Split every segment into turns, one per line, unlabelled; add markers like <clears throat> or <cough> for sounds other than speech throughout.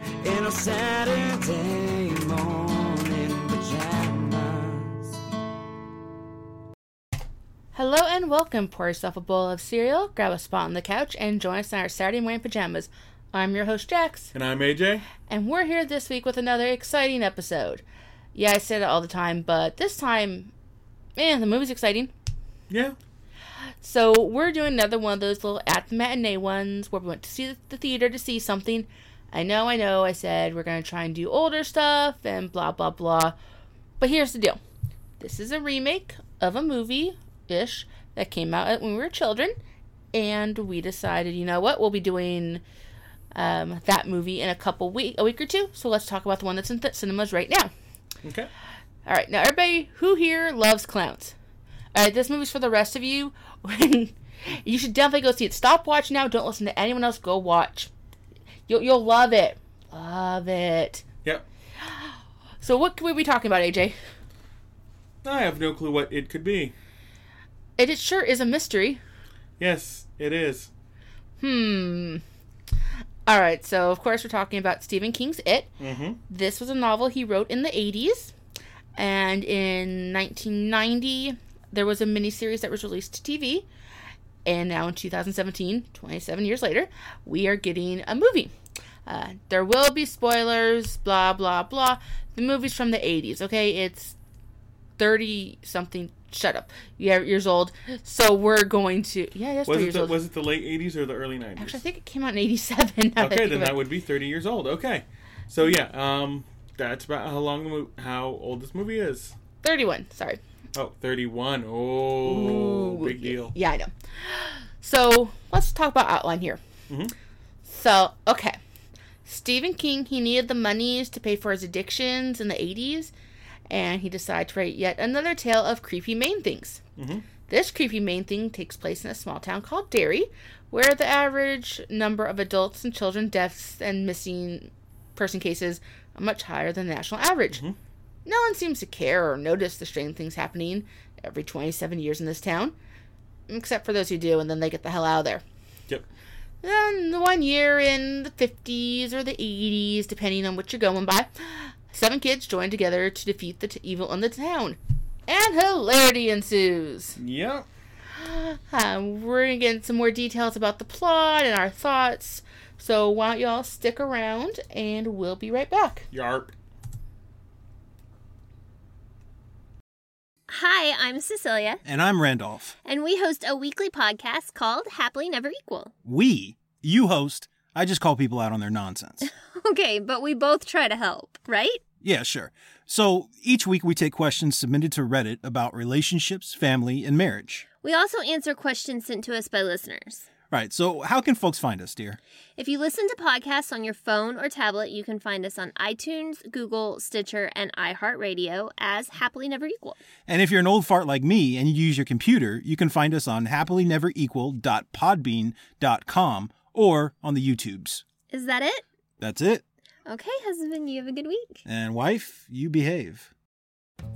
in our Saturday morning pajamas.
Hello and welcome. Pour yourself a bowl of cereal, grab a spot on the couch, and join us in our Saturday morning pajamas. I'm your host, Jax,
And I'm AJ.
and we're here this week with another exciting episode. Yeah, I say that all the time, but this time, man, the movie's exciting.
Yeah.
So we're doing another one of those little at the matinee ones where we went to see the theater to see something. I know, I know. I said we're gonna try and do older stuff and blah blah blah. But here's the deal: this is a remake of a movie ish that came out when we were children, and we decided, you know what, we'll be doing um, that movie in a couple week a week or two. So let's talk about the one that's in th- cinemas right now.
Okay.
All right, now everybody who here loves clowns. All right, this movie's for the rest of you. <laughs> you should definitely go see it. Stop watching now. Don't listen to anyone else. Go watch. You'll you'll love it. Love it.
Yep.
So what could we be talking about, AJ?
I have no clue what it could be.
It, it sure is a mystery.
Yes, it is.
Hmm. All right, so of course we're talking about Stephen King's It.
Mm-hmm.
This was a novel he wrote in the 80s, and in 1990, there was a miniseries that was released to TV. And now in 2017, 27 years later, we are getting a movie. Uh, there will be spoilers, blah, blah, blah. The movie's from the 80s, okay? It's 30 something, shut up, yeah, years old. So we're going to, yeah, that's 30
Was it
years
the,
old.
was it the late '80s or the early '90s?
Actually, I think it came out in 87. <laughs> now that I
okay,
think
then
about it.
that would be 30 years old. Okay. So yeah, um, that's about how long the mo- how old this movie is.
31, sorry.
Oh, 31. Oh,
Ooh,
big
yeah-
deal.
Yeah, I know. So let's talk about outline here.
Mhm.
So okay, Stephen King he needed the monies to pay for his addictions in the '80s, and he decided to write yet another tale of creepy main things.
Mhm.
This creepy main thing takes place in a small town called Derry, where the average number of adults and children deaths and missing person cases are much higher than the national average.
Mhm.
No one seems to care or notice the strange things happening every 27 years in this town, except for those who do, and then they get the hell out of there.
Yep.
Then, the one year in the 50s or the 80s, depending on what you're going by, seven kids join together to defeat the t- evil in the town. And hilarity ensues.
Yep.
Um, we're gonna get into some more details about the plot and our thoughts. So why don't y'all stick around and we'll be right back.
Yarp.
Hi, I'm Cecilia,
And I'm Randolph.
and we host a weekly podcast called Happily Never Equal. <laughs>
We, you host, I just call people out on their nonsense.
Okay, but we both try to help, right?
yeah, sure. So each week we take questions submitted to Reddit about relationships, family, and marriage.
We also answer questions sent to us by listeners.
Right, so how can folks find us, dear?
If you listen to podcasts on your phone or tablet, you can find us on iTunes, Google, Stitcher, and iHeartRadio as Happily Never Equal.
And if you're an old fart like me and you use your computer, you can find us on happilyneverequal.podbean.com or on the YouTubes.
Is that it?
That's it.
Okay, husband, you have a good week.
And wife, you behave.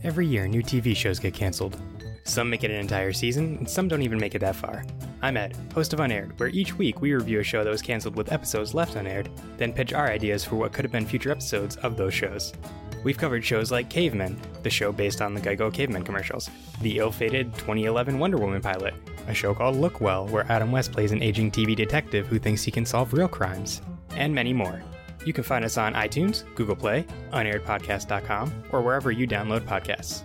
Every year, new TV shows get canceled. Some make it an entire season, and some don't even make it that far. I'm Ed, host of Unaired, where each week we review a show that was canceled with episodes left unaired, then pitch our ideas for what could have been future episodes of those shows. We've covered shows like Cavemen, the show based on the Geico Cavemen commercials, the ill fated 2011 Wonder Woman pilot, a show called Look Well, where Adam West plays an aging TV detective who thinks he can solve real crimes, and many more. You can find us on iTunes, Google Play, unairedpodcast.com, or wherever you download podcasts.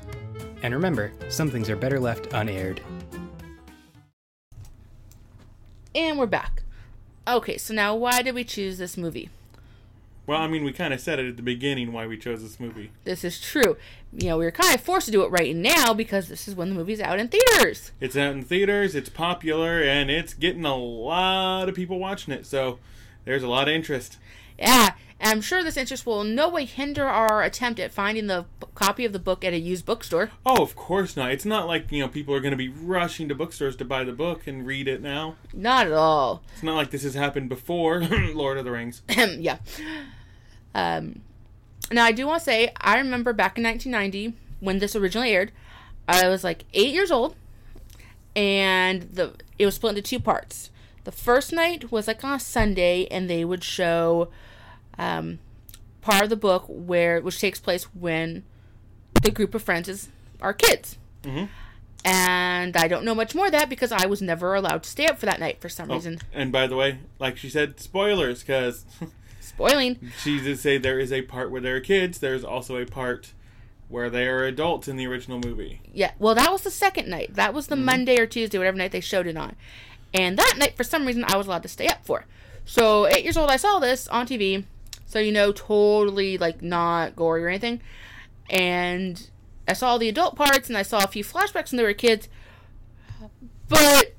And remember, some things are better left unaired.
And we're back. Okay, so now why did we choose this movie?
Well, I mean, we kind of said it at the beginning why we chose this movie.
This is true. You know, we were kind of forced to do it right now because this is when the movie's out in theaters.
It's out in theaters, it's popular, and it's getting a lot of people watching it. So there's a lot of interest.
Yeah, and I'm sure this interest will in no way hinder our attempt at finding the b- copy of the book at a used bookstore.
Oh, of course not. It's not like, you know, people are going to be rushing to bookstores to buy the book and read it now.
Not at all.
It's not like this has happened before <coughs> Lord of the Rings.
<clears throat> yeah. Um, now I do want to say I remember back in 1990 when this originally aired, I was like eight years old, and the it was split into two parts. The first night was like on a Sunday, and they would show um, part of the book where which takes place when the group of friends is are kids. And I don't know much more of that because I was never allowed to stay up for that night for some
Oh,
reason.
and by the way, like she said, spoilers because
Spoiling.
<laughs> she did say there is a part where there are kids. There's also a part where they are adults in the original movie.
Yeah. Well, that was the second night. That was the Monday or Tuesday, whatever night they showed it on. And that night, for some reason, I was allowed to stay up for. So, eight years old, I saw this on TV. So, you know, totally like not gory or anything. And I saw the adult parts and I saw a few flashbacks when they were kids. But,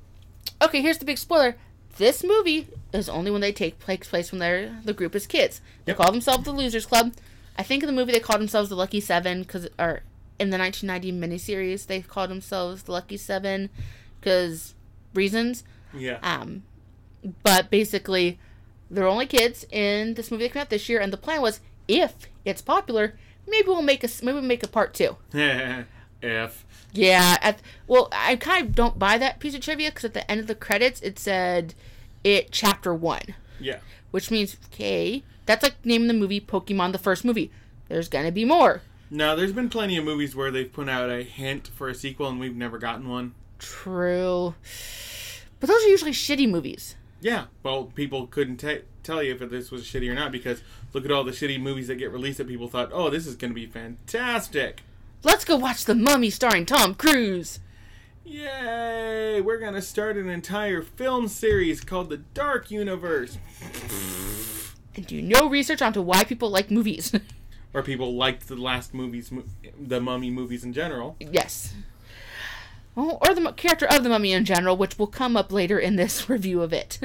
okay, here's the big spoiler. This movie is only when they take takes place when they're the group is kids. They
Yep.
call themselves the Losers Club. I think in the movie they called themselves the Lucky Seven because, or in the 1990 miniseries they called themselves the Lucky Seven because reasons.
Yeah.
Um, but basically, they're only kids in this movie that came out this year, and the plan was if it's popular, maybe we'll make a s- maybe we'll make a part two.
<laughs> F.
Yeah. At, well, I kind of don't buy that piece of trivia because at the end of the credits it said it chapter one,
Yeah.
which means okay, that's like naming the movie Pokemon the first movie. There's gonna be more.
Now, there's been plenty of movies where they've put out a hint for a sequel and we've never gotten one.
True. But those are usually shitty movies.
Yeah, well, people couldn't t- tell you if this was shitty or not because look at all the shitty movies that get released that people thought, oh, this is going to be fantastic.
Let's go watch The Mummy starring Tom Cruise.
Yay! We're going to start an entire film series called The Dark Universe.
and do no research onto why people like movies. <laughs>
Or people liked the last movies, mo- the Mummy movies in general.
yes. Well, or the mu- character of the mummy in general, which will come up later in this <laughs> review of it.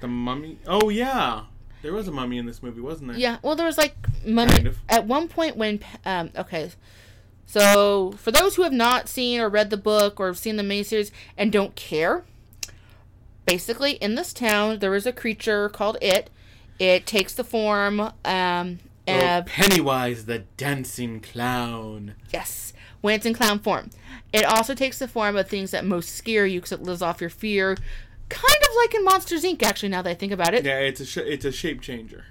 The Mummy. Oh, yeah. There was a mummy in this movie, wasn't there?
yeah, well, there was like mummy.
Kind of.
At one point, when. Um, okay. So, for those who have not seen or read the book or seen the miniseries and don't care, basically, in this town, there is a creature called It. It takes the form um,
Oh,
of.
Pennywise the Dancing Clown.
Yes, when it's in clown form. It also takes the form of things that most scare you because it lives off your fear. Kind of like in Monsters Inc., actually, now that I think about it. Yeah.
Yeah, it's a sh- it's a shape changer.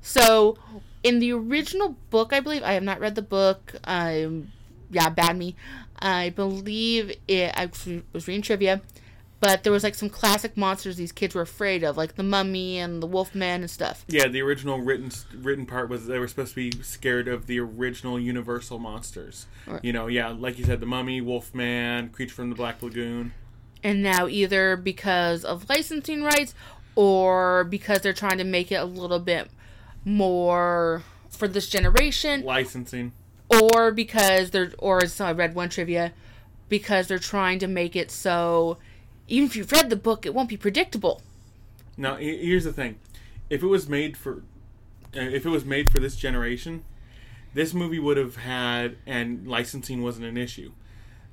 So, in the original book, I believe, I have not read the book. Um, yeah, bad me. I believe it, I was reading trivia, but there was like some classic monsters these kids were afraid of, like the mummy and the wolfman and stuff.
Yeah, the original written written part was they were supposed to be scared of the original Universal monsters. You know, yeah, like you said, the Mummy, Wolfman, Creature from the Black Lagoon.
and now either because of licensing rights or because they're trying to make it a little bit more for this generation
Licensing.
or because they're or as I read one trivia because they're trying to make it so even if you've read the book it won't be predictable
Now, he- here's the thing: if it was made for, uh, if it was made for this generation, this movie would have had, and licensing wasn't an issue.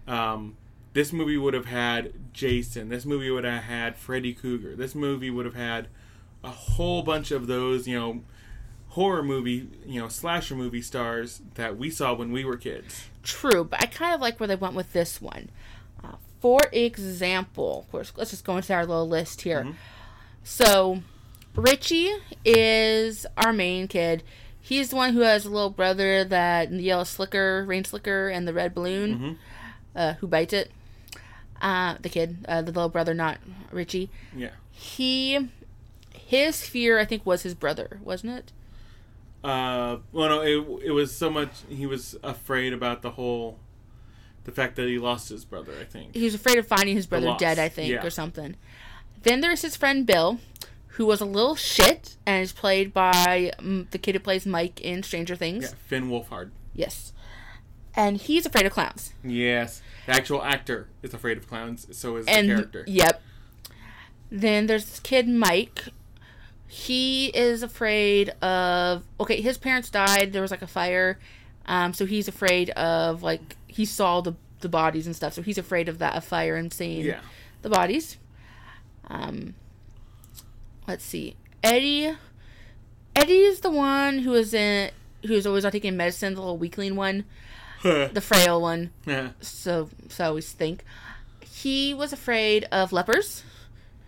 Um, this movie would have had Jason. This movie would have had Freddy Krueger. This movie would have had a whole bunch of those, you know, horror movie, you know, slasher movie stars that we saw when we were kids.
true but I kind of like where they went with this one uh, for example of course let's just go into our little list here So Richie is our main kid. He's the one who has a little brother that the yellow slicker, rain slicker, and the red balloon, uh, who bites it. Uh, the kid, uh, the little brother, not Richie.
Yeah.
He, his fear, I think, was his brother, wasn't it?
Uh, well, no, it, it was so much he was afraid about the whole, the fact that he lost his brother. I think.
He was afraid of finding his brother
loss,
dead, I think,
yeah.
or something. Then there's his friend Bill, who was a little shit, and is played by mm, the kid who plays Mike in Stranger Things.
Yeah, Finn Wolfhard.
Yes. And he's afraid of clowns.
Yes, the actual actor is afraid of clowns. So is
and
the character.
yep. Then there's this kid Mike. He is afraid of okay, his parents died, there was like a fire. Um so he's afraid of like he saw the the bodies and stuff. So he's afraid of that of fire and seeing
Yeah.
the bodies. Um let's see. Eddie Eddie is the one who is in who's always not taking medicine, the little weakling one, the frail one
Yeah.
so so I always think he was afraid of lepers
<laughs>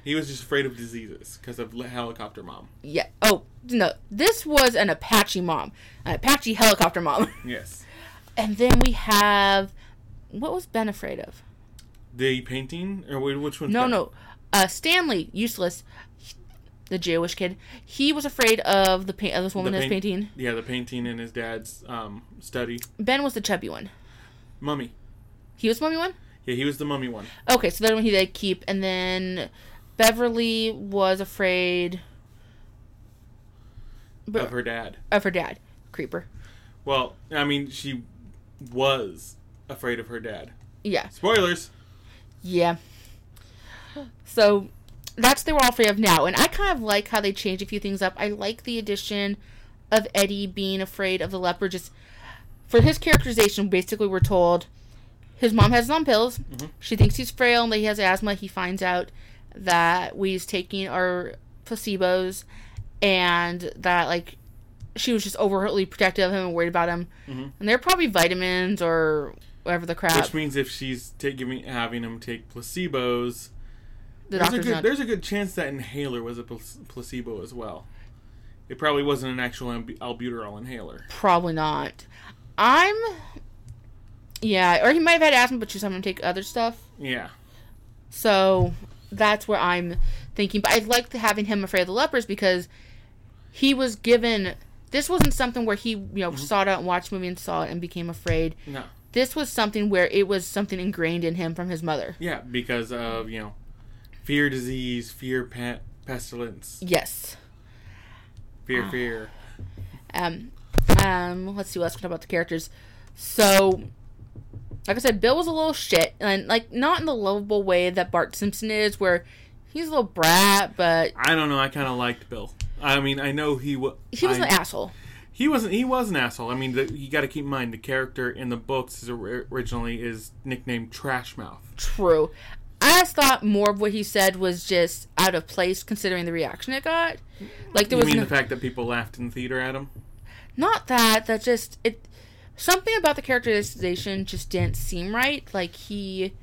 He was just afraid of diseases because of le- helicopter mom.
Yeah. Oh no, this was an Apache mom, an Apache helicopter mom. <laughs>
Yes.
and then we have what was Ben afraid of?
The painting or wait, which one?
No, no. Uh, Stanley, useless, the Jewish kid. He was afraid of the paint of this woman that's painting.
Yeah, the painting in his dad's um, study.
Ben was the chubby one.
Mummy.
He was the mummy one.
Yeah, he was the mummy one.
Okay, so that one he did keep, and then Beverly was afraid But-
of her dad.
of her dad, creeper.
Well, I mean, she was afraid of her dad.
Yeah,
Spoilers.
yeah. So that's the all free of now, and I kind of like how they changed a few things up. I like the addition of Eddie being afraid of the leper. Just for his characterization, basically, we're told his mom has him on pills.
Mm-hmm.
She thinks he's frail and that he has asthma. He finds out that we's taking our placebos, and that like she was just overtly protective of him and worried about him. And they're probably vitamins or whatever the crap.
Mm-hmm. Which means if she's taking having him take placebos,
the
there's a
doctor's
good
not.
there's a good chance that inhaler was a pl- placebo as well. It probably wasn't an actual amb- albuterol inhaler.
Probably not. I'm. Yeah, or he might have had asthma, but she's having him take other stuff.
Yeah,
So that's where I'm thinking. But I liked having him afraid of the lepers because he was given. This wasn't something where he, you know, sought out and watched a movie and saw it and became afraid.
no,
This was something where it was something ingrained in him from his mother.
yeah, because of you know, fear, disease, fear, pe- pestilence,
Yes. Ah.
fear, fear.
Um, um, let's see what else we can talk about the characters. So, like I said, Bill was a little shit, and like not in the lovable way that Bart Simpson is, where he's a little brat, but
I don't know. I kind of liked Bill. I mean, I know he was.
he was an asshole.
He wasn't. He was an asshole. I mean, the, you got to keep in mind the character in the books is or- originally is nicknamed Trash Mouth.
True. I just thought more of what he said was just out of place, considering the reaction it got. Like there
You
was
mean
no-
the fact that people laughed in the theater at him?
not that that just it something about the characterization just didn't seem right. Like he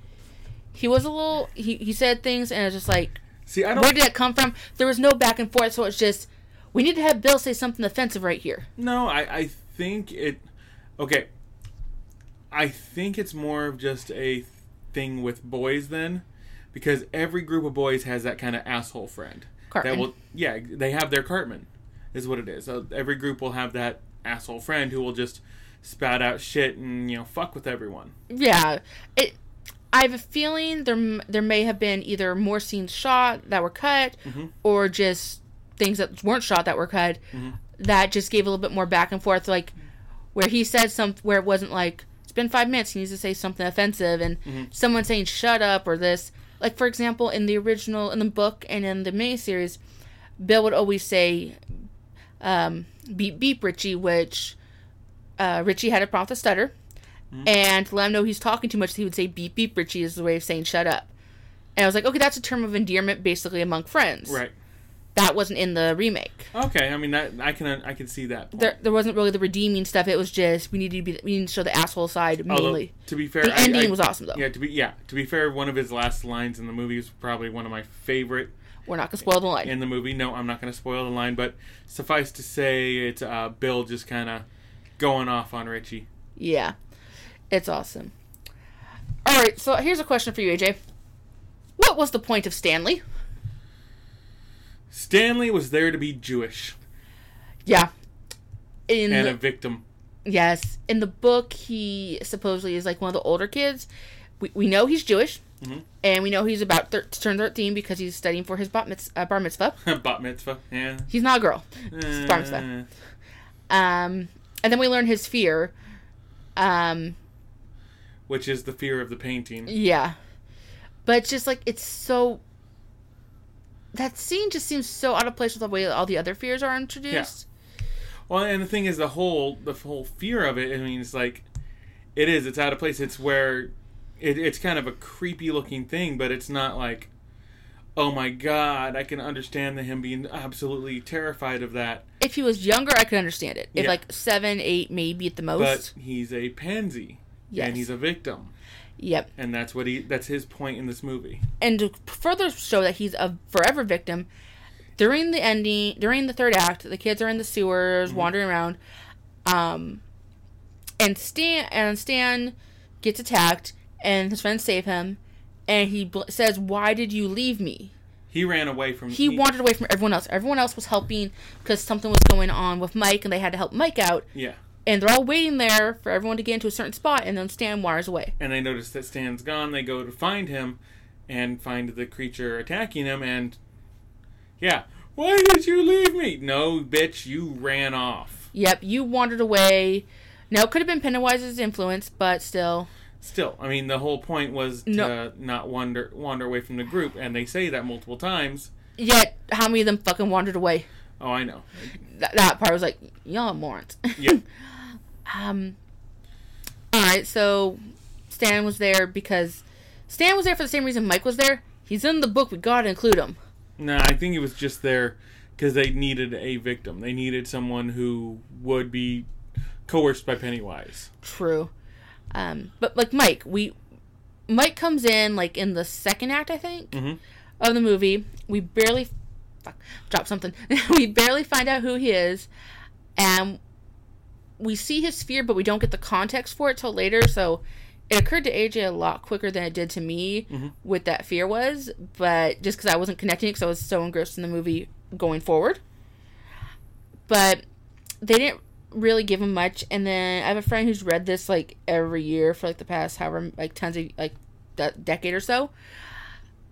he was a little he he said things and it was just like
See, I
Where
don't.
did that come from? There was no back and forth, so it's just we need to have Bill say something offensive right here.
No, I. I think it. Okay. I think it's more of just a thing with boys then, because every group of boys has that kind of asshole friend. That
Cartman.
will. Yeah, they have their Cartman, is what it is. So every group will have that asshole friend who will just spout out shit and you know fuck with everyone.
Yeah, it. I have a feeling there m- there may have been either more scenes shot that were cut, or just things that weren't shot that were cut, that just gave a little bit more back and forth. Like where he said some where it wasn't like it's been five minutes he needs to say something offensive and someone saying shut up or this. Like for example, in the original in the book and in the miniseries, Bill would always say um, "beep beep Richie," which uh, Richie had a problem with a stutter, and to let him know he's talking too much, he would say "beep beep Richie" is the way of saying "shut up." And I was like, okay, that's a term of endearment, basically among friends.
Right.
That wasn't in the remake.
Okay, I mean that I can I can see that. Point.
There, there wasn't really the redeeming stuff. It was just we needed to be, we need to show the asshole side
Although,
mainly.
to be fair,
the
I-
ending
I-
was awesome though.
Yeah, to be yeah to be fair, one of his last lines in the movie is probably one of my favorite
We're not gonna spoil the line.
in the movie. No, I'm not going to spoil the line, but suffice to say, it's uh, Bill just kind of going off on Richie.
Yeah, it's awesome. All right, so here's a question for you, AJ. What was the point of Stanley?
Stanley was there to be Jewish
Yeah. In
and
the-
a victim. <laughs>
Yes. In the book, he supposedly is like one of the older kids. We, we know he's Jewish,
Mm-hmm.
and we know he's about thir- to turn 13 because he's studying for his bat, mitz- uh, bar mitzvah.
<laughs> Bat mitzvah. Yeah.
He's not a girl, it's bar mitzvah.
Uh,
Um, and then we learn his fear. Um,
which is the fear of the painting.
yeah. But it's just like, it's so. That scene just seems so out of place with the way all the other fears are introduced.
Well, and the thing is, the whole the whole fear of it. I mean, it's like it is. It's out of place. It's where it, it's kind of a creepy looking thing, but it's not like, oh my god, I can understand the him being absolutely terrified of that.
If he was younger, I could understand it. If
Yeah.
like seven, eight, maybe at the most.
But he's a pansy,
Yes.
and he's a victim.
Yep.
and that's what he that's his point in this movie.
and to further show that he's a forever victim during the ending during the third act the kids are in the sewers wandering around um and stan and stan gets attacked and his friends save him and he bl- says why did you leave me
He ran away from
he wandered away from everyone else everyone else was helping because something was going on with mike and they had to help mike out
Yeah.
and they're all waiting there for everyone to get into a certain spot and then stan wanders away
And they notice that Stan's gone. They go to find him and find the creature attacking him and yeah, why did you leave me? No, bitch, you ran off.
Yep, you wandered away. Now it could have been Pennywise's influence, but still,
Still, I mean, the whole point was to
No.
not wander wander away from the group, and they say that multiple times.
yet how many of them fucking wandered away?
Oh, I know.
That, that part was like, y'all are morons. <laughs>
Yeah,
um, all right, so Stan was there because Stan was there for the same reason Mike was there. He's in the book. We gotta include him.
no, I think it was just there because they needed a victim. They needed someone who would be coerced by Pennywise.
True. Um, but like Mike, we Mike comes in like in the second act, I think, of the movie. We barely fuck, drop something. <laughs> we barely find out who he is, and we see his fear, but we don't get the context for it till later. So it occurred to AJ a lot quicker than it did to me what that fear was, but just because I wasn't connecting, because I was so engrossed in the movie going forward. But they didn't really give him much and then i have a friend who's read this like every year for like the past however like tons of like de- decade or so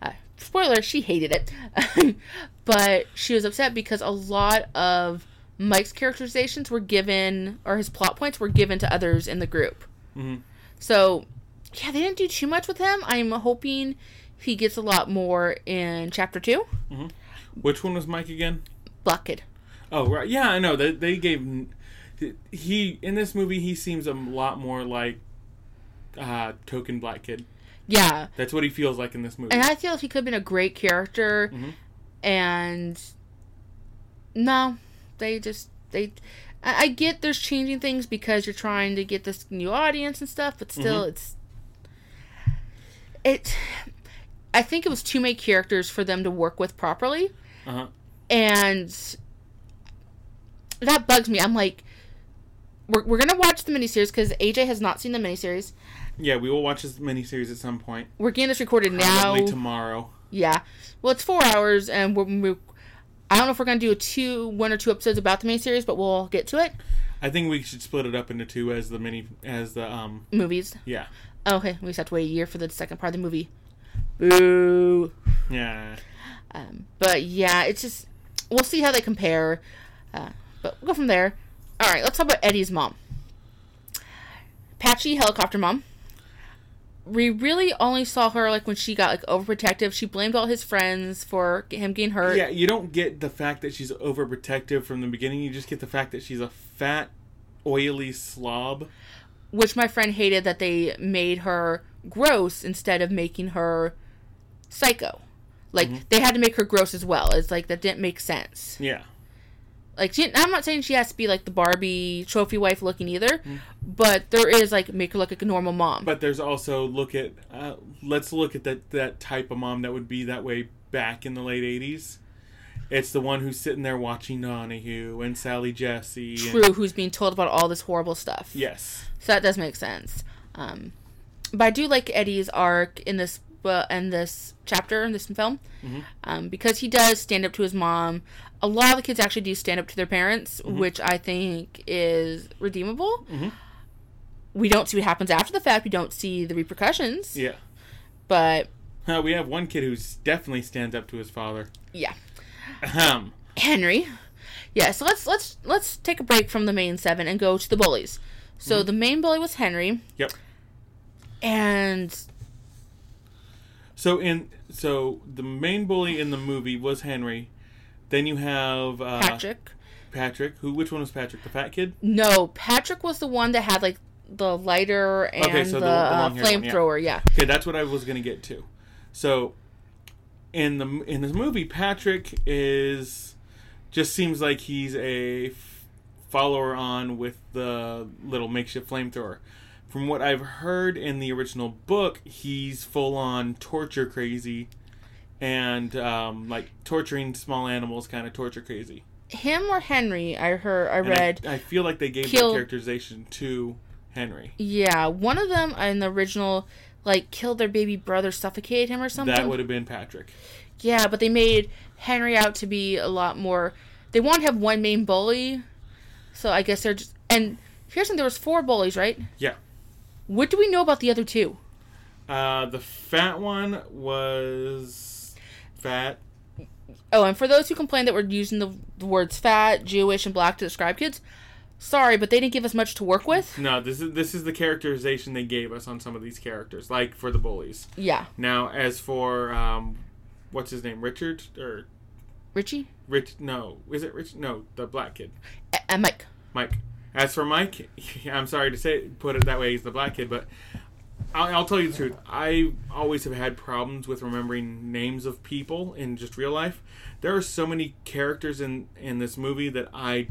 uh, spoiler she hated it <laughs> but she was upset because a lot of mike's characterizations were given or his plot points were given to others in the group so yeah they didn't do too much with him i'm hoping he gets a lot more in chapter two
Which one was Mike again?
black kid
Oh right, yeah, I know. They they gave he in this movie he seems a lot more like uh, token black kid.
yeah
That's what he feels like in this movie.
And I feel he could have been a great character, and no, they just they. I, I get there's changing things because you're trying to get this new audience and stuff, but still, it's it. I think it was too many characters for them to work with properly,
Uh-huh.
and that bugs me. I'm like, we're we're gonna watch the miniseries because AJ has not seen the miniseries.
Yeah, we will watch this miniseries at some point.
We're getting this recorded now.
Probably tomorrow.
Yeah. Well, it's four hours, and we're, we I don't know if we're gonna do a two, one or two episodes about the main series, but we'll get to it.
I think we should split it up into two as the mini as the um
Movies. Oh,
yeah.
Okay, we just have to wait a year for the second part of the movie. Boo.
Yeah.
Um, but yeah, it's just we'll see how they compare. Uh, but we'll go from there. All right, let's talk about Eddie's mom, Patchy helicopter mom. We really only saw her like when she got like overprotective. She blamed all his friends for him getting hurt.
Yeah, you don't get the fact that she's overprotective from the beginning. You just get the fact that she's a fat, oily slob.
which my friend hated that they made her gross instead of making her psycho. Like they had to make her gross as well. It's like that didn't make sense.
Yeah.
Like she, I'm not saying she has to be like the Barbie trophy wife looking either, but there is like make her look like a normal mom.
But there's also look at uh, let's look at that that type of mom that would be that way back in the late '80s. It's the one who's sitting there watching Donahue and Sally Jesse. and-
True, who's being told about all this horrible stuff.
yes.
So that does make sense. Um, but I do like Eddie's arc in this uh, in this chapter in this film um, because he does stand up to his mom. A lot of the kids actually do stand up to their parents, which I think is redeemable. We don't see what happens after the fact. We don't see the repercussions,
Yeah.
but
Uh, we have one kid who's definitely stands up to his father.
yeah,
Ahem.
Henry. Yeah, so let's let's let's take a break from the main seven and go to the bullies. So the main bully was Henry,
Yep.
and
So in so the main bully in the movie was Henry. Then you have uh,
Patrick.
Patrick. Who? Which one was Patrick? The fat kid.
No, Patrick was the one that had like the lighter and
Okay, so the-
the,
the
uh,
long-haired one, yeah.
flamethrower. Yeah.
Okay, that's what I was gonna get to. So, in the in this movie, Patrick is just seems like he's a f- follower on with the little makeshift flamethrower. From what I've heard in the original book, he's full on torture crazy, and um, like torturing small animals, kind of torture crazy.
Him or Henry? I heard. I
And I-
read.
I, feel like they gave that
Killed-
characterization to Henry.
yeah, one of them in the original, like killed their baby brother, suffocated him or something.
That would have been Patrick.
Yeah, but they made Henry out to be a lot more. They want to have one main bully, so I guess they're just. And here's something: there was four bullies, right?
Yeah.
What do we know about the other two?
Uh, the fat one was fat.
Oh, and for those who complain that we're using the, the words fat, Jewish, and black to describe kids, sorry, but they didn't give us much to work with.
No, this is this is the characterization they gave us on some of these characters, like for the bullies.
Yeah,
Now, as for um, what's his name, Richard or
Richie
Rich? No, is it Rich? No, the black kid,
A- and Mike.
Mike. As for Mike, <laughs> I'm sorry to say put it that way. He's the black kid, but I'll, I'll tell you the truth. I always have had problems with remembering names of people in just real life. There are so many characters in in this movie that I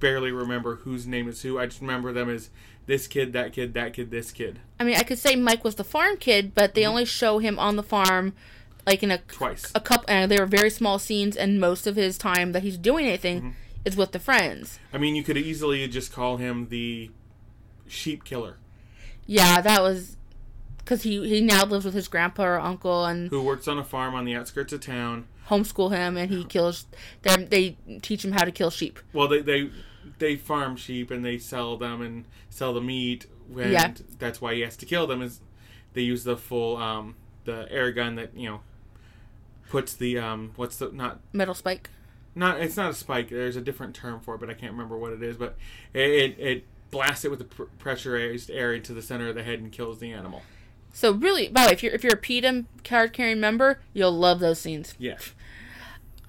barely remember whose name is who. I just remember them as this kid, that kid, that kid, this kid.
I mean, I could say Mike was the farm kid, but they only show him on the farm, like in a
Mm-hmm. Twice.
a couple. And they were very small scenes, and most of his time that he's doing anything
Mm-hmm.
is with the friends.
I mean, you could easily just call him the sheep killer
Yeah, that was because he he now lives with his grandpa or uncle and
who works on a farm on the outskirts of town.
homeschool him, and he kills them. They teach him how to kill sheep.
Well, they they they farm sheep and they sell them and sell the meat, and
Yeah.
that's why he has to kill them. Is they use the full um the air gun that you know puts the um what's the not
Metal Spike.
not it's not a spike. There's a different term for it, but I can't remember what it is. But it it, it blasts it with the pr- pressurized air into the center of the head and kills the animal.
So really, by the way, if you're if you're a E PETA card carrying member, you'll love those scenes.
Yeah.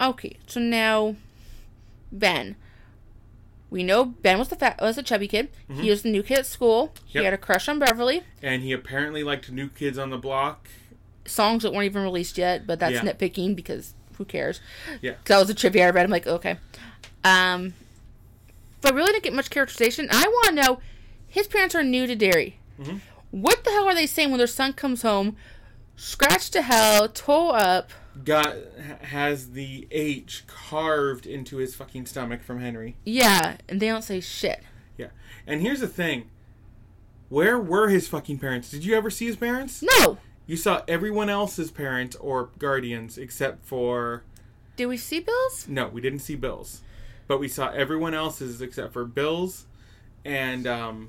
Okay, so now Ben. We know Ben was the fat, was the chubby kid. He was the new kid at school.
Mm-hmm.
He
Yep.
had a crush on Beverly.
and he apparently liked New Kids on the Block.
Songs that weren't even released yet, but that's
Yeah.
nitpicking because who cares?
Yeah.
That was a trivia I read. I'm like, okay. Um, but really didn't get much characterization. I want to know his parents are new to dairy.
Mm-hmm.
What the hell are they saying when their son comes home, scratched to hell, tore up?
Got ha- has the H carved into his fucking stomach from Henry.
Yeah, and they don't say shit.
Yeah. And here's the thing. Where were his fucking parents? Did you ever see his parents?
No.
You saw everyone else's parents or guardians except for
Do we see Bill's?
no, we didn't see Bill's. But we saw everyone else's except for Bill's and um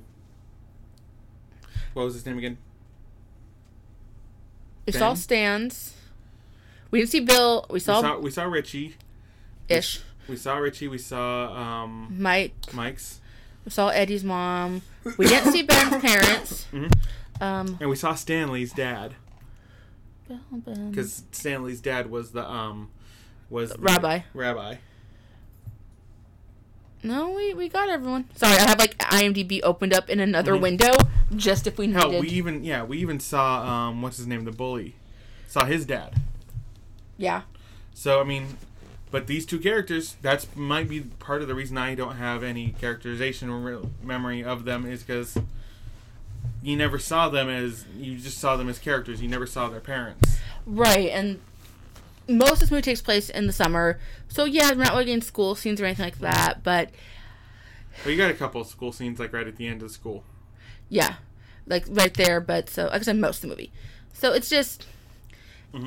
what was his name again?
It's all
Ben?
stands. We didn't see Bill. We
We
saw,
saw we saw Richie.
Ish,
We saw Richie. We saw um
Mike.
Mike's.
We saw Eddie's mom. We didn't
<coughs>
see Ben's parents. Um,
And we saw Stanley's dad.
Bill, Ben.
because Stanley's dad was the um was the
Rabbi.
Rabbi.
No, we, we got everyone. Sorry, I have like IMDb opened up in another window just if we needed.
Mm-hmm. Hell, we even yeah we even saw um what's his name the bully, saw his dad.
Yeah.
So I mean, but these two characters that's might be part of the reason I don't have any characterization or real memory of them is because you never saw them as you just saw them as characters. You never saw their parents.
Right, and most of this movie takes place in the summer. So yeah, we're not really getting school scenes or anything like that, but
But you got a couple of school scenes like right at the end of school.
yeah. Like right there, but so like I said most of the movie. So it's just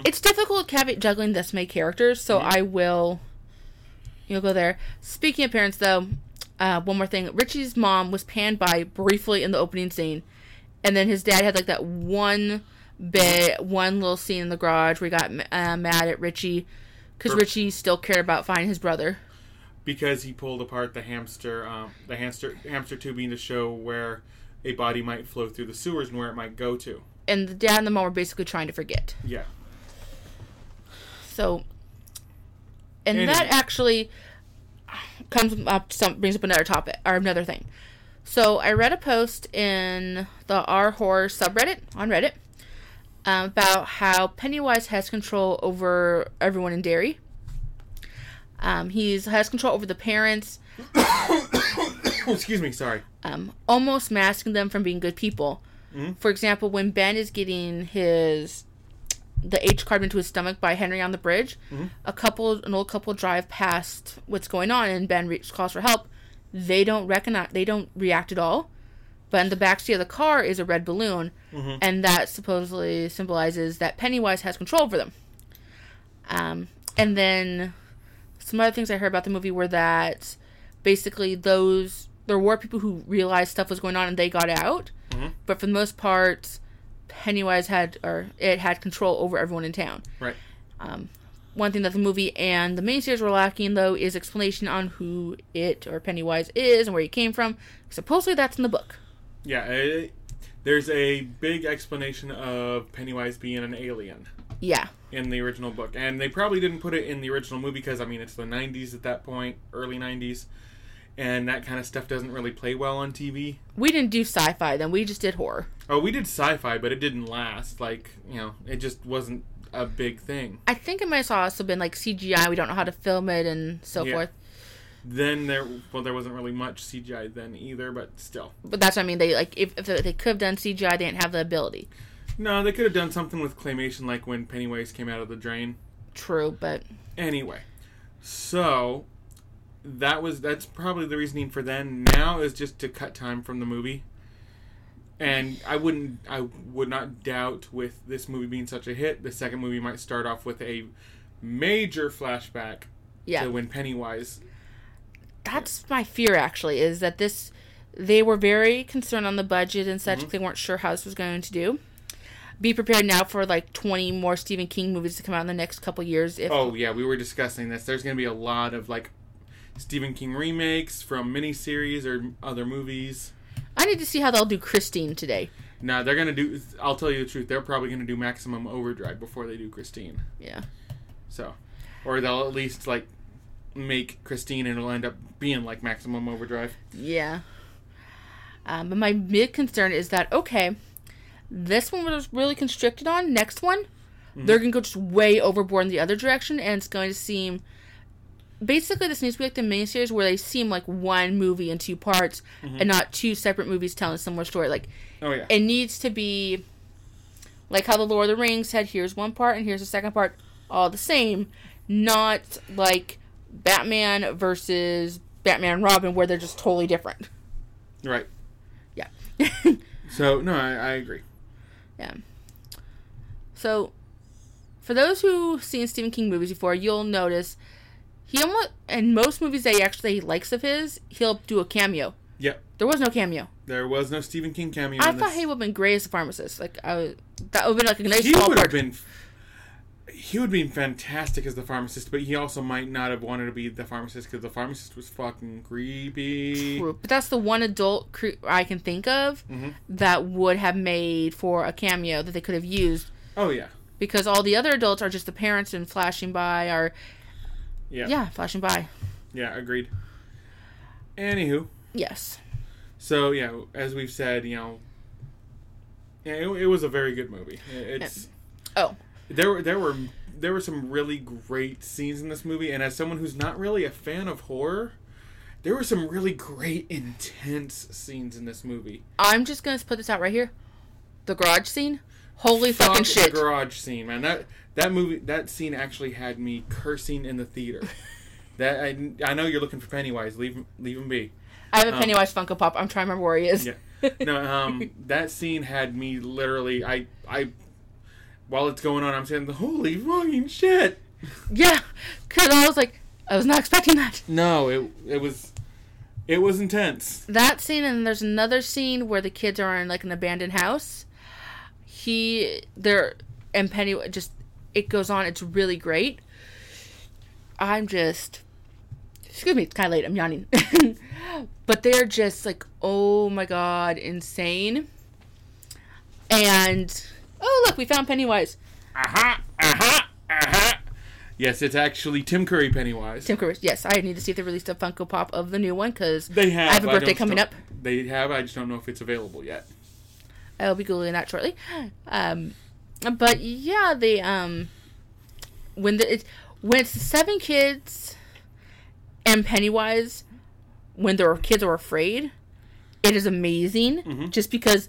it's difficult caveat juggling this many characters, so I will you'll go there. Speaking of parents though, uh, one more thing. Richie's mom was panned by briefly in the opening scene. and then his dad had like that one bit, one little scene in the garage where he got uh, mad at Richie because Richie still cared about finding his brother.
because he pulled apart the hamster um, the hamster hamster tubing to show where a body might flow through the sewers and where it might go to.
And the dad and the mom were basically trying to forget.
Yeah.
So, and
Anyway.
that actually comes up some brings up another topic or another thing. So I read a post in the R horror subreddit on Reddit um, about how Pennywise has control over everyone in Derry. Um, he's has control over the parents,
Oh, Excuse me, sorry.
um, almost masking them from being good people. For example, when Ben is getting his the H carb into his stomach by Henry on the bridge, a couple, an old couple, drive past what's going on, and Ben re- calls for help. They don't recognize, they don't react at all. But in the backseat of the car is a red balloon, and that supposedly symbolizes that Pennywise has control over them. Um, and then some other things I heard about the movie were that basically those there were people who realized stuff was going on and they got out, but for the most part, Pennywise had or it had control over everyone in town.
Right.
One thing that the movie and the main series were lacking though is explanation on who it or Pennywise is and where he came from. Supposedly that's in the book.
Yeah, eh, there's a big explanation of Pennywise being an alien
Yeah,
in the original book, and they probably didn't put it in the original movie because I mean it's the '90s at that point, early '90s, and that kind of stuff doesn't really play well on TV.
we didn't do sci-fi then; we just did horror.
Oh, we did sci-fi, but it didn't last. Like you know, it just wasn't a big thing.
I think it might have also been like CGI. We don't know how to film it and so
Yeah.
forth.
Then there, well, there wasn't really much CGI then either, but still.
But that's what I mean. They like if, if they could have done CGI, they didn't have the ability.
No, they could have done something with claymation, like when Pennywise came out of the drain.
True, but
Anyway, so that was that's probably the reasoning for then. Now is just to cut time from the movie. And I wouldn't, I would not doubt with this movie being such a hit, the second movie might start off with a major flashback
yeah,
to when Pennywise
that's my fear actually is that this they were very concerned on the budget and such. They weren't sure how this was going to do. Be prepared now for like twenty more Stephen King movies to come out in the next couple years. If
Oh yeah, we were discussing this. There's gonna be a lot of like Stephen King remakes from miniseries or other movies.
I need to see how they'll do Christine today.
Now they're gonna do. I'll tell you the truth. They're probably gonna do Maximum Overdrive before they do Christine.
Yeah,
So, or they'll at least like make Christine and it'll end up being like Maximum Overdrive.
yeah. Um, but my big concern is that okay, this one was really constricted on. Next one, they're gonna go just way overboard in the other direction, and it's going to seem basically this needs to be like the miniseries where they seem like one movie in two parts and not two separate movies telling a similar story. Like
Oh yeah.
it needs to be like how the Lord of the Rings had here's one part and here's the second part, all the same. Not like Batman versus Batman and Robin where they're just totally different.
right.
Yeah. <laughs>
So no, I, I agree.
Yeah. So, for those who've seen Stephen King movies before, you'll notice he almost in most movies that he actually likes of his, he'll do a cameo.
Yep.
There was no cameo.
There was no Stephen King cameo.
I
in
thought
this.
he would have been great as a pharmacist. Like I was, that would have been like a nice
he
small
would have
part.
been he would have been fantastic as the pharmacist but he also might not have wanted to be the pharmacist because the pharmacist was fucking creepy
But that's the one adult cre- I can think of
Mm-hmm.
that would have made for a cameo that they could have used
oh yeah
because all the other adults are just the parents and flashing by or
yeah
yeah, flashing by.
yeah agreed anywho
Yes.
so yeah as we've said you know yeah, it, it was a very good movie It- it's
Oh,
there were there were there were some really great scenes in this movie and as someone who's not really a fan of horror there were some really great intense scenes in this movie
I'm just gonna put this out right here. The garage scene. Holy fucking
Fuck
shit.
The garage scene, man. That that movie, that scene actually had me cursing in the theater.
<laughs>
that I, I know you're looking for Pennywise. Leave leave him be.
I have a Pennywise Funko Pop. I'm trying to remember where he is.
Oh. Yeah. <laughs> No. Um. that scene had me literally. I I. While it's going on, I'm saying the holy fucking shit.
<laughs> Yeah. Cause I was like, I was not expecting that.
No, it it was, it was intense.
That scene, and there's another scene where the kids are in like an abandoned house. He, there, and Penny just it goes on. It's really great. I'm just, excuse me, it's kind of late. I'm yawning, <laughs> but they're just like, oh my god, insane. And oh look, we found Pennywise.
Aha! Aha! Aha! Uh-huh, Yes, it's actually Tim Curry Pennywise.
Tim Curry. Yes, I need to see if they released a Funko Pop of the new one because
they have.
I have a birthday
don't-
coming up.
They have. I just don't know if it's available yet.
I'll be googling that shortly. Um, but yeah, they um, when the it, when it's the seven kids and Pennywise, when their kids are afraid, it is amazing. Just because,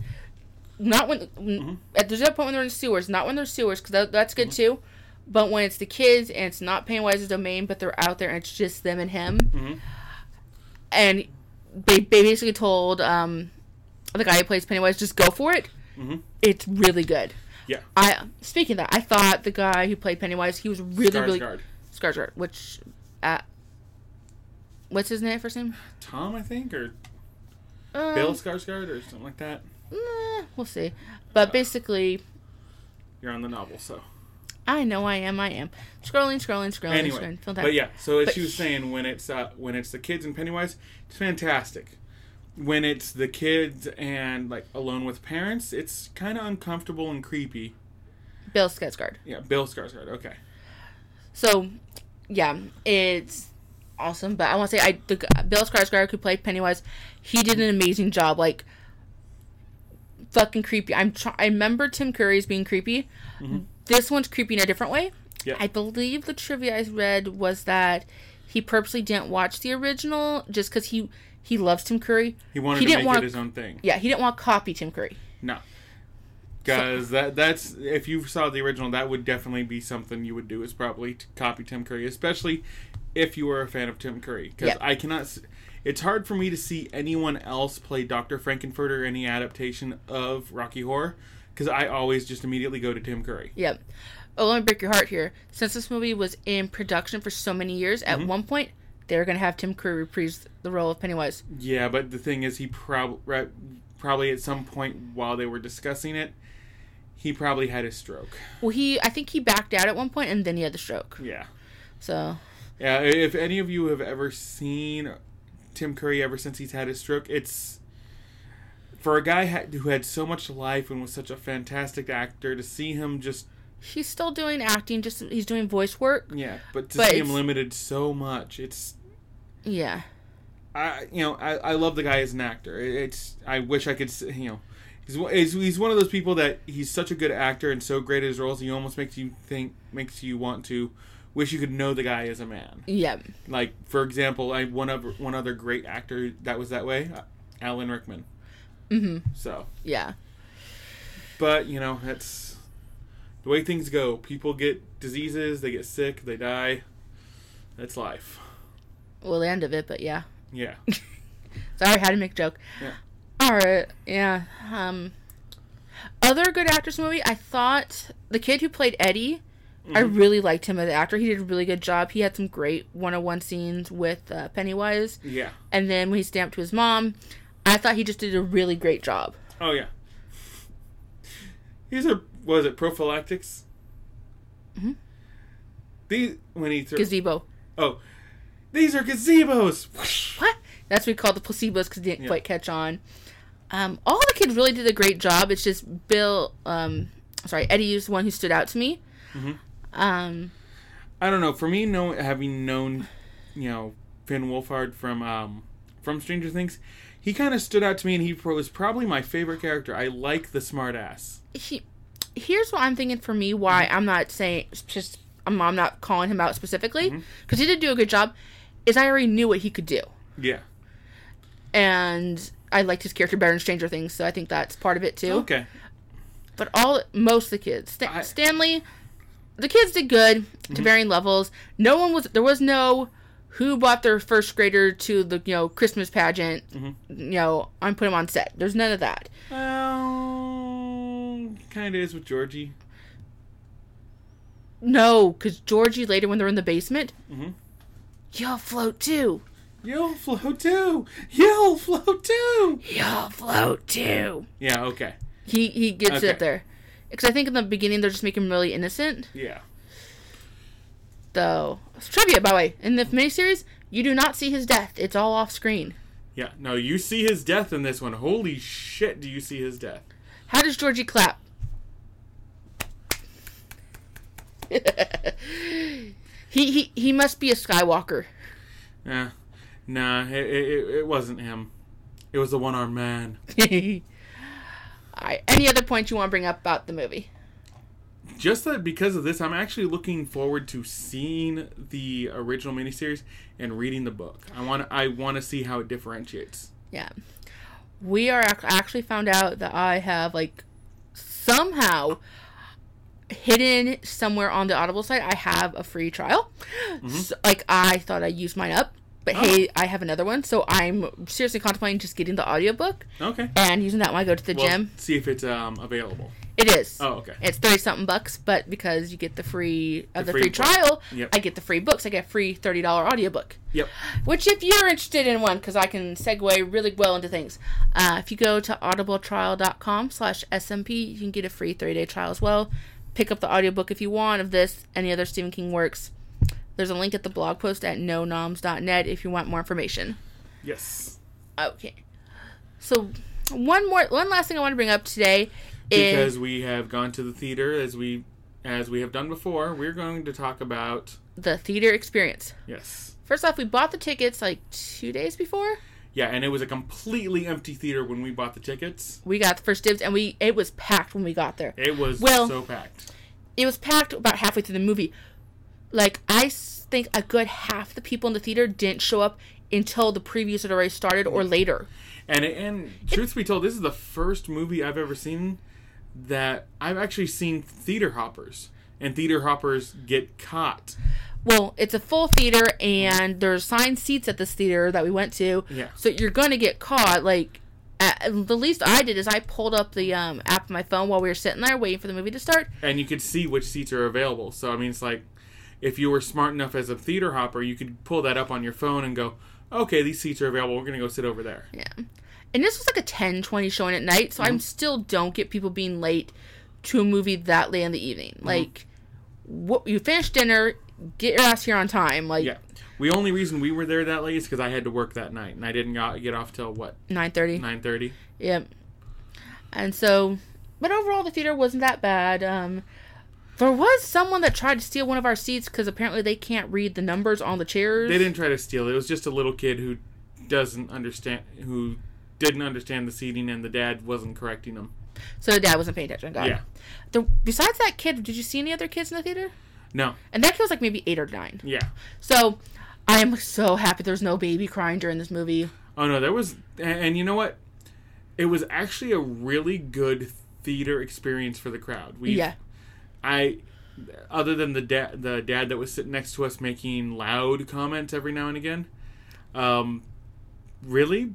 not when at there's that point when they're in sewers, not when they're sewers because that, that's good too, but when it's the kids and it's not Pennywise's domain, but they're out there and it's just them and him, and they, they basically told um, the guy who plays Pennywise just go for it.
Mm-hmm.
It's really good.
Yeah.
I speaking of that, I thought the guy who played Pennywise, he was really
Skarsgård.
really Skarsgård, which uh, what's his name first name?
Tom, I think, or
Um,
Bill Skarsgård, or something like that.
eh, we'll see.
Uh.
But basically,
You're on the novel, so
I know I am. I am scrolling, scrolling, scrolling.
anyway.
scrolling, till that-
But yeah, so as
But-
she was saying, when it's uh, when it's the kids and Pennywise, it's fantastic. When it's the kids and like alone with parents, it's kind of uncomfortable and creepy.
Bill Skarsgård.
Yeah, Bill Skarsgård. Okay.
So, yeah, it's awesome. But I want to say, I the g- Bill Skarsgård who played Pennywise, he did an amazing job. Like, fucking creepy. I'm try- I remember Tim Curry's being creepy. This one's creepy in a different way.
Mm-hmm. Yeah.
I believe the trivia I read was that he purposely didn't watch the original just because he he loves Tim Curry.
He wanted
He
to
didn't
make
want-
it his own thing.
Yeah, he didn't want to copy Tim Curry.
No. Because that that's if you saw the original, that would definitely be something you would do is probably to copy Tim Curry, especially if you were a fan of Tim Curry. Because
Yeah.
I cannot, s- it's hard for me to see anyone else play Doctor Frankenfurter or any adaptation of Rocky Horror. Because I always just immediately go to Tim Curry.
Yep. Oh, let me break your heart here. Since this movie was in production for so many years, at one point they were going to have Tim Curry reprise the role of Pennywise.
Yeah, but the thing is, he probably probably at some point while they were discussing it, he probably had a stroke.
Well, he I think he backed out at one point and then he had the stroke.
Yeah.
So
Yeah, i- if any of you have ever seen Tim Curry ever since he's had his stroke, it's for a guy ha- who had so much life and was such a fantastic actor to see him just
he's still doing acting. Just he's doing voice work.
yeah, but to
But
see him
it's-
limited so much, it's
Yeah.
I you know I, I love the guy as an actor. It- It's I wish I could s- you know. He's, one- he's, he's one of those people that he's such a good actor and so great at his roles. He almost makes you think, makes you want to wish you could know the guy as a man.
Yeah.
like for example, I one other one other great actor that was that way, uh, Alan Rickman. Mm-hmm. So,
Yeah.
but you know, that's the way things go. People get diseases, they get sick, they die. That's life.
Well, the end of it, but yeah.
<laughs> Yeah.
Sorry, I had to make a joke.
Yeah.
All right. Yeah. Um. Other good actors movie. I thought the kid who played Eddie. I
Mm-hmm.
really liked him as an actor. He did a really good job. He had some great one-on-one scenes with uh, Pennywise,
yeah.
and then when he stamped to his mom, I thought he just did a really great job.
Oh yeah. These are what is it prophylactics? These when Mm-hmm. he threw
Gazebo.
oh, these are gazebos. <laughs>
What? That's what we called the placebos because they didn't
Yeah.
quite catch on. Um, all the kids really did a great job. It's just Bill. Um, sorry, Eddie is the one who stood out to me. Um.
I don't know. For me, know having known, you know, Finn Wolfhard from um, from Stranger Things, he kind of stood out to me, and he pro- was probably my favorite character. I like the smartass.
he here's what I'm thinking for me why
Mm-hmm.
I'm not saying just I'm, I'm not calling him out specifically
Mm-hmm.
because he did do a good job is I already knew what he could do
Yeah.
and I liked his character better in Stranger Things so I think that's part of it too
Okay.
but all most of the kids Stan-
I- Mm-hmm.
Stanley the kids did good to varying levels no one was there was no who bought their first grader to the you know Christmas pageant
Mm-hmm.
you know I'm putting him on set there's none of that
Um, kind of is with Georgie.
No, because Georgie later, when they're in the basement, y'all float too.
You'll float too. You'll float too.
Y'all float too.
Yeah. Okay.
He he gets
Okay.
it up there, because I think in the beginning they're just making him really innocent.
Yeah.
Though trivia, by the way, in the miniseries, you do not see his death. It's all off screen.
Yeah. No, you see his death in this one. Holy shit! Do you see his death?
How does Georgie clap? <laughs> he he he must be a Skywalker. <laughs>
Yeah. Nah, it, it, it wasn't him. It was the one-armed man.
all right. Any other points you want to bring up about the movie?
just that because of this, I'm actually looking forward to seeing the original miniseries and reading the book. I want I want to see how it differentiates.
Yeah. We are ac- actually found out that I have like somehow hidden somewhere on the Audible site. I have a free trial.
Mm-hmm.
So, like I thought I used mine up, but hey,
Oh.
I have another one. So I'm seriously contemplating just getting the audiobook
Okay.
and using that when I go to the
Well,
gym.
see if it's um, available.
It is.
Oh, okay.
It's thirty something bucks, but because you get the free of the,
free
free,
book.
trial,
Yep.
I get the free books. I get a free thirty dollar audiobook.
Yep.
Which, if you're interested in one, because I can segue really well into things, uh, if you go to audibletrial.com slash SMP, you can get a free 30-day trial as well. Pick up the audiobook if you want of this, any other Stephen King works. There's a link at the blog post at nonoms.net if you want more information.
Yes.
Okay. So, one more, one last thing I want to bring up today is
Because we have gone to the theater as we as we have done before. We're going to talk about
the theater experience.
yes.
First off, we bought the tickets like two days before.
Yeah, and it was a completely empty theater when we bought the tickets.
We got the first dibs, and we it was packed when we got there.
It was
Well-
so packed.
it was packed about halfway through the movie. Like I s- think a good half the people in the theater didn't show up until the previews had already started or later.
And and truth be told, this is the first movie I've ever seen that I've actually seen theater hoppers. And theater hoppers get caught.
Well, it's a full theater and there's assigned seats at this theater that we went to.
Yeah.
So you're gonna get caught. Like at, the least I did is I pulled up the um, app on my phone while we were sitting there waiting for the movie to start.
And you could see which seats are available. So I mean it's like if you were smart enough as a theater hopper, you could pull that up on your phone and go, Okay, these seats are available, we're gonna go sit over there.
Yeah. And this was like a 10, 20 showing at night, so
Mm-hmm.
I'm still don't get people being late to a movie that late in the evening.
Mm-hmm.
Like, what you finish dinner, get your ass here on time, like
Yeah. The only reason we were there that late is because I had to work that night, and I didn't got, get off till what
9.30.
nine thirty.
Yep. And so, but overall, the theater wasn't that bad. Um, there was someone that tried to steal one of our seats because apparently they can't read the numbers on the chairs.
They didn't try to steal. It was just a little kid who doesn't understand, who didn't understand the seating, and the dad wasn't correcting him.
So the dad wasn't paying attention. Got it.
Yeah.
The, besides that kid, did you see any other kids in the theater?
No.
And that kid was like maybe eight or nine.
Yeah.
So I am so happy there's no baby crying during this movie.
Oh no, there was, a- and you know what? It was actually a really good theater experience for the crowd. We,
Yeah.
I, other than the dad, the dad that was sitting next to us making loud comments every now and again, um, really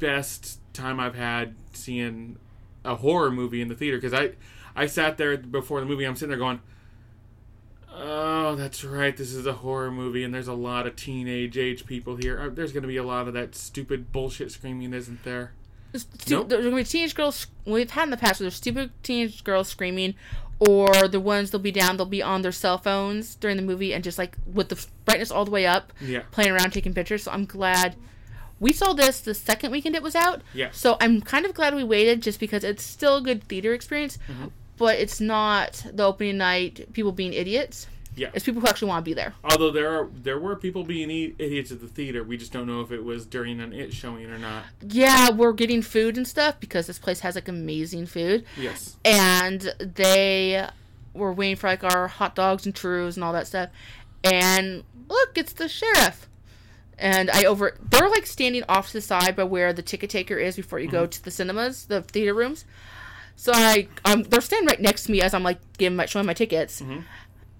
best time I've had seeing a horror movie in the theater because I, I sat there before the movie. I'm sitting there going. Oh, that's right. This is a horror movie, and there's a lot of teenage age people here. Uh, There's going to be a lot of that stupid bullshit screaming, isn't there?
There's stu-
Nope.
There's gonna be teenage girls we've had in the past where there's stupid teenage girls screaming, or the ones they'll be down, they'll be on their cell phones during the movie and just like with the brightness all the way up,
Yeah.
playing around taking pictures. So I'm glad we saw this the second weekend it was out.
Yeah.
So I'm kind of glad we waited just because it's still a good theater experience,
Mm-hmm.
but it's not the opening night people being idiots.
Yeah.
It's people who actually want to be there.
Although there are there were people being i- idiots at the theater, we just don't know if it was during an it showing or not.
Yeah, we're getting food and stuff because this place has like amazing food.
Yes.
and they were waiting for like our hot dogs and churros and all that stuff. And look, it's the sheriff. And I over they're like standing off to the side by where the ticket taker is before you go to the cinemas, the theater rooms. So I um they're standing right next to me as I'm like giving my showing my tickets, and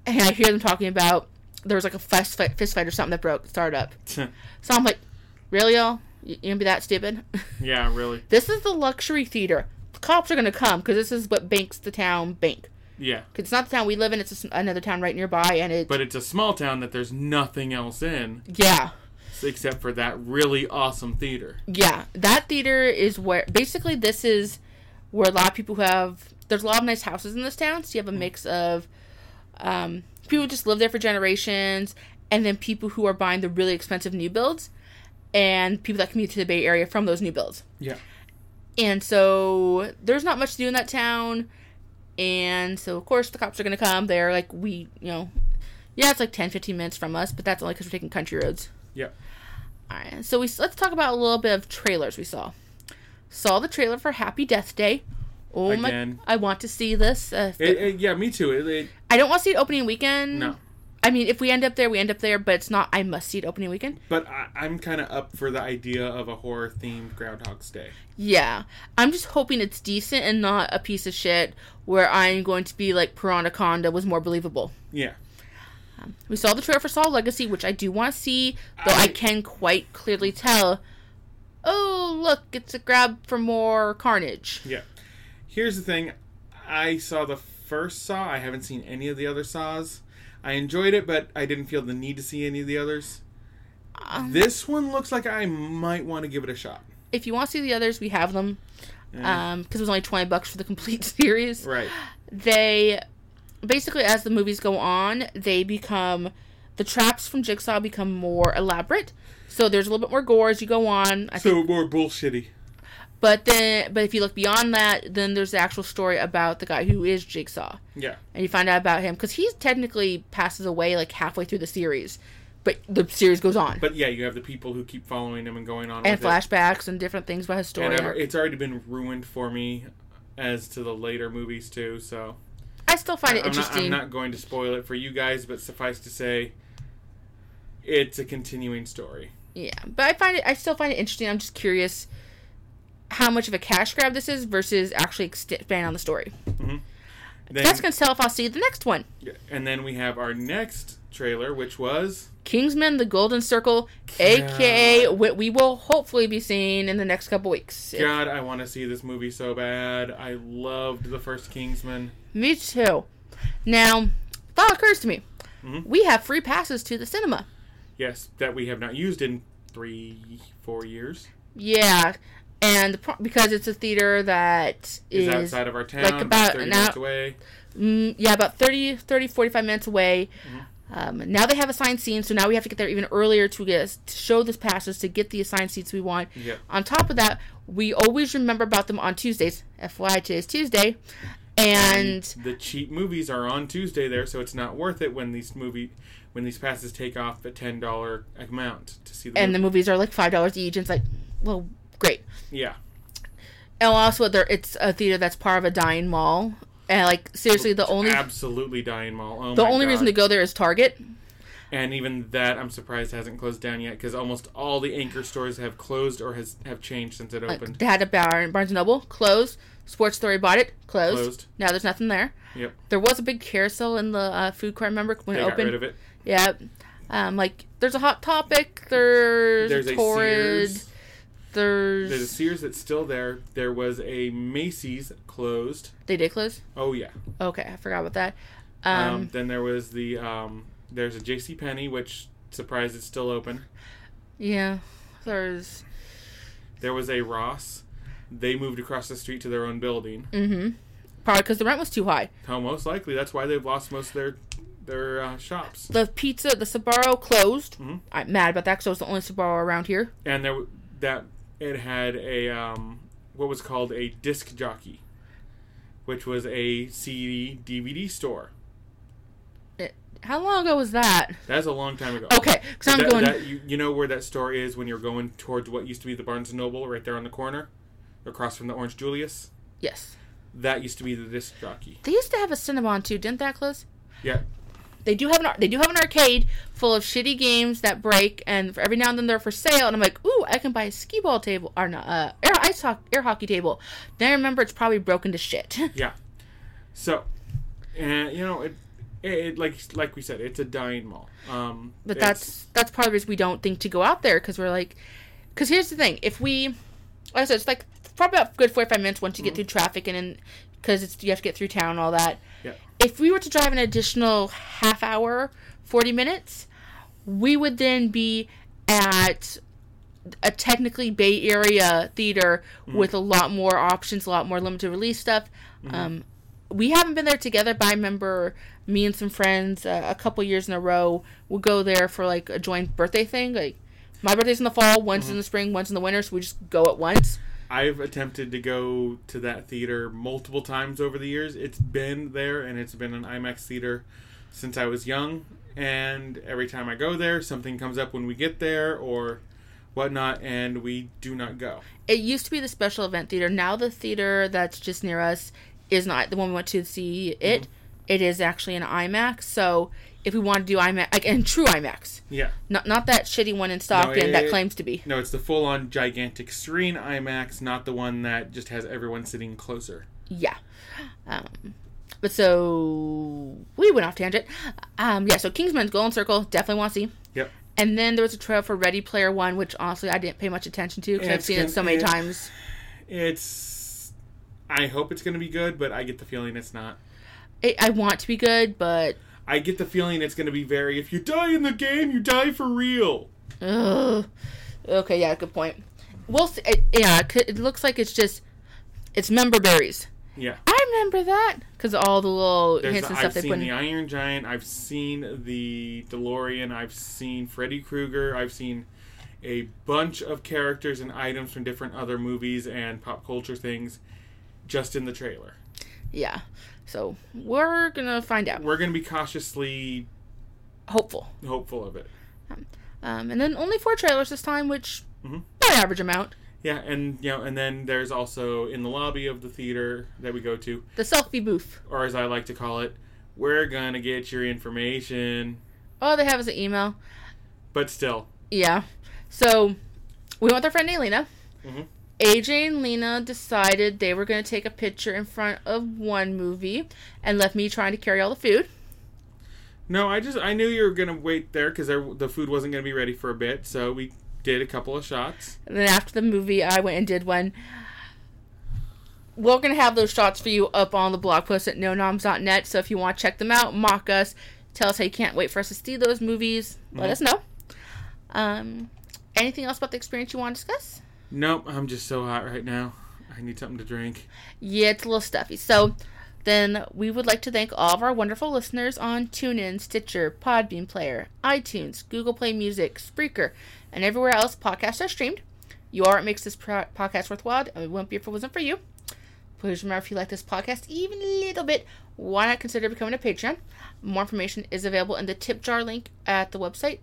I hear them talking about there was like a fist fight, fist fight or something that broke started up. So I'm like, really y'all, you you gonna be that stupid? <laughs>
yeah, really.
This is the luxury theater. The cops are going to come because this is what banks the town bank.
Yeah.
'Cause it's not the town we live in; it's just another town right nearby, and it.
But it's a small town that there's nothing else in
yeah,
except for that really awesome theater.
yeah, that theater is where basically this is where a lot of people who have. There's a lot of nice houses in this town, so you have a mix of um, people who just live there for generations, and then people who are buying the really expensive new builds, and people that commute to the Bay Area from those new builds.
Yeah.
And so there's not much to do in that town. And so, of course, the cops are going to come. They're like, we, you know, yeah, it's like 10, 15 minutes from us, but that's only because we're taking country roads.
Yeah.
All right. So we let's talk about a little bit of trailers we saw. Saw the trailer for Happy Death Day, Oh
Again.
my! I want to see this. Uh,
It, it- yeah, me too. It, it,
I don't want to see it opening weekend.
no,
I mean, if we end up there, we end up there. But it's not. I must see it opening weekend.
but I, I'm kind of up for the idea of a horror themed Groundhog's Day.
Yeah, I'm just hoping it's decent and not a piece of shit where I'm going to be like Piranaconda was more believable.
Yeah,
We saw the trailer for Saw Legacy, which I do want to see, though I,
I-
can quite clearly tell. Oh, look, it's a grab for more carnage.
yeah. Here's the thing: I saw the first Saw. I haven't seen any of the other Saws. I enjoyed it, but I didn't feel the need to see any of the others. this one looks like I might want to give it a shot.
If you want to see the others, we have them. Um, because it was only twenty bucks for the complete <laughs> series.
Right.
They basically, as the movies go on, they become the traps from Jigsaw become more elaborate. So there's a little bit more gore as you go on. I
So more bullshitty.
But then, but if you look beyond that, then there's the actual story about the guy who is Jigsaw,
Yeah.
and you find out about him because he technically passes away like halfway through the series, but the series goes on
But yeah, you have the people who keep following him and going on
and
with it.
flashbacks and different things about his story.
And I'm-
arc.
it's already been ruined for me as to the later movies too. So
I still find it
I'm not, I'm
interesting.
not going to spoil it for you guys, but suffice to say, it's a continuing story.
Yeah, but I find it. I still find it interesting. I'm just curious how much of a cash grab this is versus actually expand on the story.
Mm-hmm. Then,
That's gonna tell if I'll see the next one.
and then we have our next trailer, which was
Kingsman: The Golden Circle, aka what we will hopefully be seeing in the next couple weeks. If-
God, I want to see this movie so bad. I loved the first Kingsman.
Me too. Now, thought occurs to me.
Mm-hmm.
We have free passes to the cinema.
Yes, that we have not used in three, four years.
Yeah, and the pro- because it's a theater that
Is
is,
outside of our town,
like about
30
an
minutes
hou-
away.
mm, yeah about 30, 30, 45 minutes away.
Mm-hmm.
Um, now they have assigned scenes, so now we have to get there even earlier to get us- to show this passes to get the assigned seats we want.
Yeah.
On top of that, we always remember about them on Tuesdays. FYI, today's Tuesday, and
the cheap movies are on Tuesday there, so it's not worth it when these movie when these passes take off a ten dollar amount to see the
and the
movie.
movies are like five dollars each, and it's like, well, great.
yeah
And also, there it's a theater that's part of a dying mall. And like seriously, the only
absolutely dying mall. Oh
the
my
only
God.
reason to go there is Target.
and even that I'm surprised hasn't closed down yet because almost all the anchor stores have closed or has have changed since it opened.
They had a Bar- Barnes and Noble closed. Sports Story bought it closed.
Closed.
Now there's nothing there.
yep,
There was a big carousel in the uh, food court. Remember when
they
it
got
opened?
rid of it.
Yep. Um, like there's a Hot Topic. There's,
There's a
Torrid.
Sears.
There's,
There's a Sears that's still there. There was a Macy's closed.
they did close.
Oh yeah.
Okay, I forgot about that.
Um,
Um,
then there was the um, there's a J.C. Penney, which surprised it's still open.
yeah. There's
There was a Ross. They moved across the street to their own building.
Mm. probably because the rent was too high.
How most likely that's why they've lost most of their their uh, shops.
the pizza, the Sabaro closed.
Mm-hmm.
I'm mad about that because it was the only Sabaro around here.
And there w- that it had a um, what was called a disc jockey, which was a CD DVD store.
It- how long ago was that?
That's a long time ago.
Okay, because I'm
That-
going.
that- you, you know where that store is when you're going towards what used to be the Barnes and Noble, right there on the corner, across from the Orange Julius.
yes,
That used to be the disc jockey.
they used to have a Cinnabon too, didn't that close?
Yeah,
They do have an ar- they do have an arcade full of shitty games that break, and every now and then they're for sale. And I'm like, ooh, I can buy a skee ball table or not uh, air ice hockey, air hockey table. Then I remember it's probably broken to shit. <laughs>
Yeah. So, and you know, it, it, it like like we said, it's a dying mall. Um,
But
it's-
that's that's part of the reason we don't think to go out there because we're like, because here's the thing: if we, like I said, it's like probably about a good forty five minutes once
Mm.
you get through traffic and then because it's you have to get through town and all that.
yeah,
If we were to drive an additional half hour, forty minutes, we would then be at a technically Bay Area theater with a lot more options, a lot more limited release stuff. Um, we haven't been there together, but I remember me and some friends uh, a couple years in a row would go there for like a joint birthday thing. Like my birthday's in the fall, one's in the spring, one's in the winter, so we just go at once.
I've attempted to go to that theater multiple times over the years. It's been there, and it's been an IMAX theater since I was young. And every time I go there, something comes up when we get there, or whatnot, and we do not go.
It used to be the special event theater. Now the theater that's just near us is not the one we went to see it.
Mm-hmm.
It is actually an IMAX. So if we want to do IMAX, like and true IMAX,
Yeah.
not not that shitty one in Stockton that
it-
claims to be.
No, it's the full on gigantic screen IMAX, not the one that just has everyone sitting closer.
Yeah. Um, but so we went off tangent. Um, yeah. So Kingsman's Golden Circle definitely want to see.
Yep.
And then there was a trail for Ready Player One, which honestly I didn't pay much attention to because I've
It's
seen
gonna-
it so many
it-
times.
It's. I hope it's going to be good, but I get the feeling it's not.
It, I want to be good, but
I get the feeling it's going to be very. If you die in the game, you die for real.
Ugh. Okay, yeah, good point. We'll see. It, yeah, it could- it looks like it's just it's member berries.
Yeah.
I remember that because all the little
There's
hints
the-
and stuff
I've
they
seen
put in.
the Iron Giant. I've seen the DeLorean. I've seen Freddy Krueger. I've seen a bunch of characters and items from different other movies and pop culture things just in the trailer.
Yeah, so we're gonna find out.
We're going to be cautiously
Hopeful.
hopeful of it.
Um, and then only four trailers this time, which
Mm-hmm.
by average amount.
Yeah, and you know, and then there's also in the lobby of the theater that we go to,
The selfie booth.
or as I like to call it, we're going to get your information.
All they have is an email.
But still,
Yeah. So we went with our friend Alina.
Mhm.
AJ and Lena decided they were going to take a picture in front of one movie and left me trying to carry all the food.
No, I just I knew you were gonna wait there because the food wasn't gonna be ready for a bit, so we did a couple of shots.
And then after the movie, I went and did one. We're going to have those shots for you up on the blog post at nonoms.net. So if you want to check them out, mock us, tell us how you can't wait for us to see those movies, let us know. Um, anything else about the experience you want to discuss?
Nope, I'm just so hot right now. I need something to drink.
Yeah, it's a little stuffy. So then we would like to thank all of our wonderful listeners on TuneIn, Stitcher, Podbean Player, iTunes, Google Play Music, Spreaker, and everywhere else podcasts are streamed. You are what makes this pro- podcast worthwhile, and we wouldn't be if it wasn't for you. Please remember if you like this podcast even a little bit, why not consider becoming a patron? More information is available in the tip jar link at the website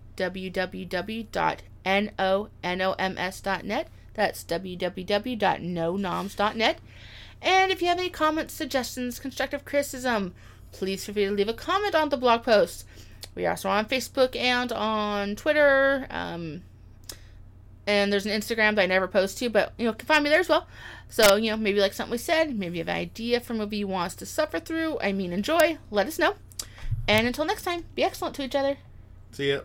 www.nonoms.net. That's www.nonoms.net. And if you have any comments, suggestions, constructive criticism, please feel free to leave a comment on the blog post. We are also on Facebook and on Twitter. Um, and there's an Instagram that I never post to, but you know, you can find me there as well. So, you know, maybe like something we said, maybe you have an idea for a movie you want us to suffer through, I mean enjoy, let us know. And until next time, be excellent to each other.
See ya.